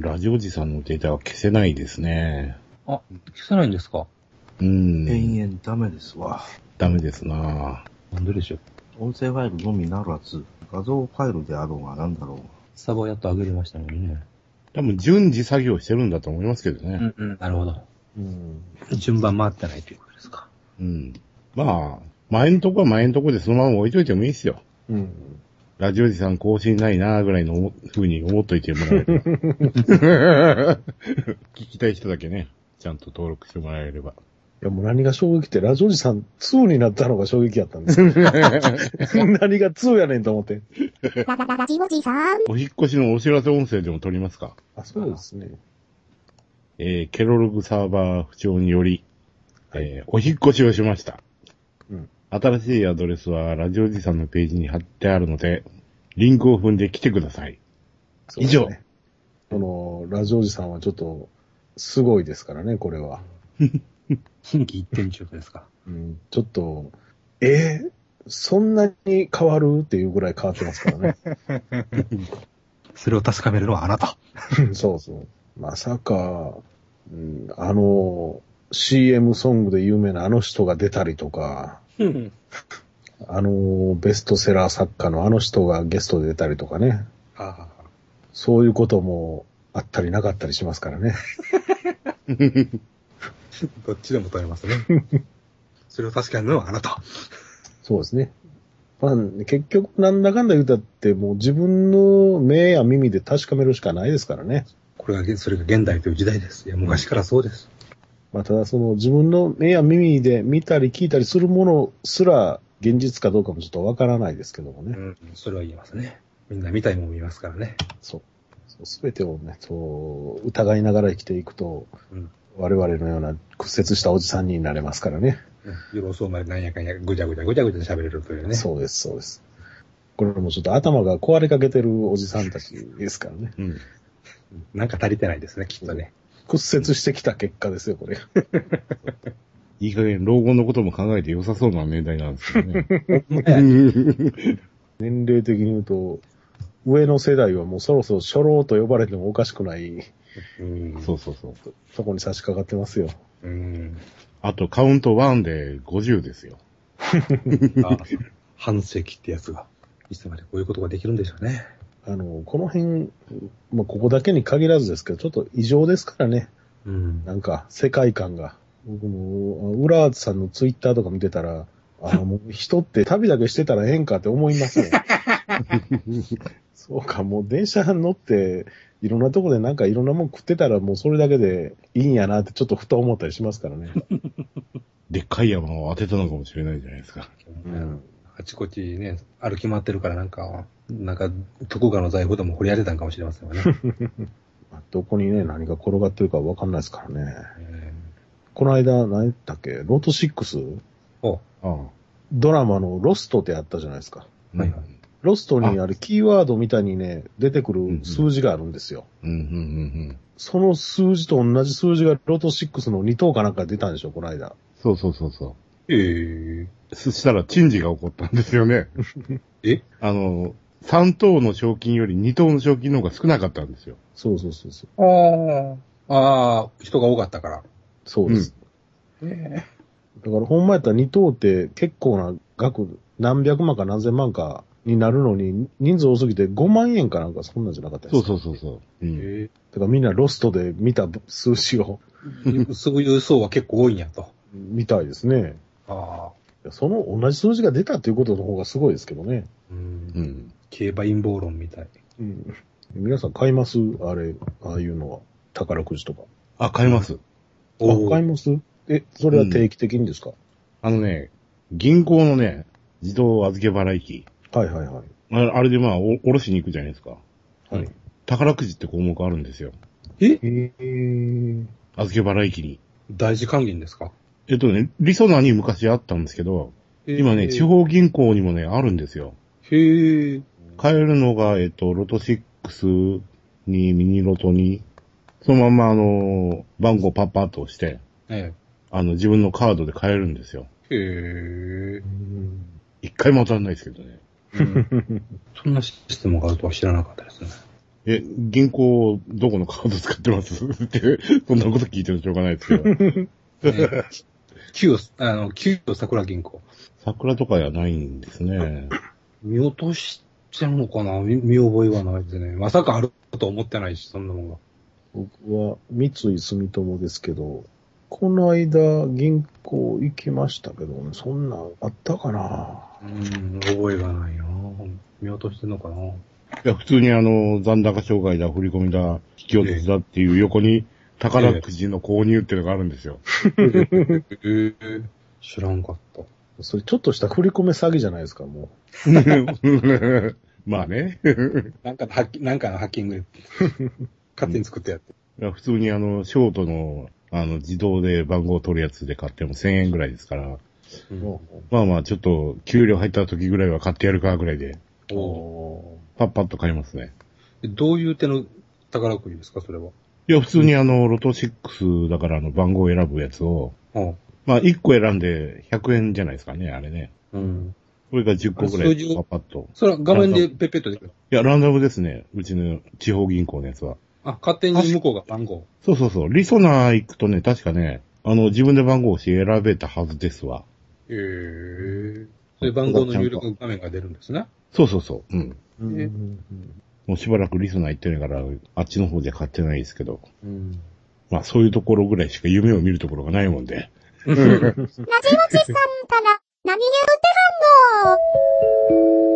ラジオジさんのデータは消せないですね。あ、消せないんですかうん。延々ダメですわ。ダメですななんででしょう。音声ファイルのみならず、画像ファイルであろうがなんだろサバをやっと上げれましたのにね。多分順次作業してるんだと思いますけどうね。んうん、なるほど。うん。順番回ってないということですか。うん。まあ、前のとこは前のとこでそのまま置いといてもいいですよ。うん。ラジオジさん更新ないなぐらいの思風に思っといてもらえれば。 聞きたい人だけね、ちゃんと登録してもらえれば。いや、もう何が衝撃って、ラジオジさん2になったのが衝撃やったんですよ何が2やねんと思って。ララララジオジさん。お引っ越しのお知らせ音声でも撮りますかあ、そうですね。えーケロログサーバー不調により、えーお引っ越しをしました。うん新しいアドレスはラジオジさんのページに貼ってあるので、リンクを踏んで来てください。そうですね。この、ラジオジさんはちょっと、すごいですからね、これは。新規一点中ですか。うん、ちょっと、えーそんなに変わるっていうぐらい変わってますからね。それを確かめるのはあなた。うんそうそう。まさか、うん、あの、CM ソングで有名なあの人が出たりとか、あの、ベストセラー作家のあの人がゲストで出たりとかね。あそういうこともあったりなかったりしますからね。あ。どっちでも取れますね。それを確かめるのはあなた。そうですね。まあ、結局、なんだかんだ言うたって、もう自分の目や耳で確かめるしかないですからね。これが、それが現代という時代です。いや、昔からそうです。まあ、ただその自分の目や耳で見たり聞いたりするものすら現実かどうかもちょっとわからないですけどもね。ん、それは言えますね。みんな見たいもん見ますからね。そう。すべてをね、そう、疑いながら生きていくと、うん我々のような屈折したおじさんになれますからね。夜遅うまでなんやかんや、ぐちゃぐちゃぐちゃぐちゃ喋れるというね。そうです、そうです。これもちょっと頭が壊れかけてるおじさんたちですからね。うん。なんか足りてないですね、きっとね。屈折してきた結果ですよ、これ。いい加減老後のことも考えて良さそうな年代なんですけどね。ね年齢的に言うと、上の世代はもうそろそろ初老と呼ばれてもおかしくないう んそうそうそう。とこに差し掛かってますよ。うん。あとカウント1で50ですよ。あ半世紀ってやつが、いつまでこういうことができるんでしょうね。あの、この辺、まあ、ここだけに限らずですけど、ちょっと異常ですからね。うん。なんか、世界観が。僕も、あ浦和さんのツイッターとか見てたら、 あもう人って旅だけしてたらええんかって思い ますね。そうか、もう電車乗って、いろんなとこでなんかいろんなもん食ってたらもうそれだけでいいんやなってちょっとふと思ったりしますからね。でっかい山を当てたのかもしれないじゃないですか。うんあちこちね、歩き回ってるからなんか、なんか、徳川の財布でも掘り当てたんかもしれませんわね。まあどこにね、何が転がってるかわかんないですからね。えこの間、何やったっけロート 6? ーおああ。ドラマのロストってあったじゃないですか。うんはいはいロストにあれキーワードみたいにね、出てくる数字があるんですよ。うん、うん、うん、うん。その数字と同じ数字がロート6の2等かなんか出たんでしょ、この間。そうそうそうそう。えー、そしたら、珍事が起こったんですよね。えあの、3等の賞金より2等の賞金の方が少なかったんですよ。そうそうそうそう。ああ、ああ、人が多かったから。そうです。えだからほんまやったら2等って結構な額、何百万か何千万かになるのに、人数多すぎて5万円かなんかそんなんじゃなかったですそうう。そうそうそう。うえん。だからみんなロストで見た数字をそういう層は結構多いんやと。見たいですね。ああ。その同じ数字が出たっていうことの方がすごいですけどね。う。うんん。競馬陰謀論みたい。うん。皆さん買いますあれ、ああいうのは。宝くじとか。あ、買います。あ、買いいますえ、それは定期的にですか、あのね、銀行のね、自動預け払い機。はいはいはい。ああれでまあ、お、おろしに行くじゃないですか。はい。宝くじって項目あるんですよ。えへえ。預け払い機に。大事還元ですかえっとね、リソナに昔あったんですけど、今ね、地。方銀行にもね、あるんですよ。へえ。買えるのが、えっと、ロト6にミニロトに、そのまんまあの、番号パッパッと押して、えあの、自分のカードで買えるんですよ。え。へえ。一回も当たんないですけどね。そんなシステムがあるとは知らなかったですね。え、銀行、どこのカード使ってます って、そんなこと聞いてもしょうがないですけど。ね 旧、あの、旧桜銀行。桜とかやないんですね。見落としてんのかな見見覚えはないですね。まさかあると思ってないし、そんなもんが。僕は三井住友ですけど、この間銀行行きましたけどね、そんなんあったかなうん、覚えがないな見落としてんのかない や、普通にあの、残高障害だ、振り込みだ、引き落としだっていう横に、宝くじの購入っていうのがあるんですよ。 えー、知らんかった。それちょっとした振り込め詐欺じゃないですか、もまあね。なんかのハッキ、なんかのハッキングで、 勝手に作ってやって。いや普通にあの、ショートの、あの、自動で番号取るやつで買っても1000円ぐらいですから、うう。んもまあまあ、ちょっと、給料入った時ぐらいは買ってやるかぐらいで、うおパッパッと買いますね。ーどういう手の宝くじですか、それは。いや、普通にあの、ロト6だからあの、番号を選ぶやつを、うん。まあ、1個選んで100円じゃないですかね、あれね。うん。ここれが10個ぐらあ数い、字をパッパッと。それは画面でペッペッと出てくる。いや、ランダムですね、うちの地方銀行のやつは。あ、勝手に向こうが番号。そうそうそう、リソナー行くとね、確かね、あの、自分で番号を押して選べたはずですわ。えー。そういう番号の入力画面が出るんですね。そうそうそう、うん。うんうんえうんもうしばらくリソナー行ってないから、あっちの方じゃ買ってないですけど。うん。まあそういうところぐらいしか夢を見るところがないもんで。ラジオチさんから、何言うてはんの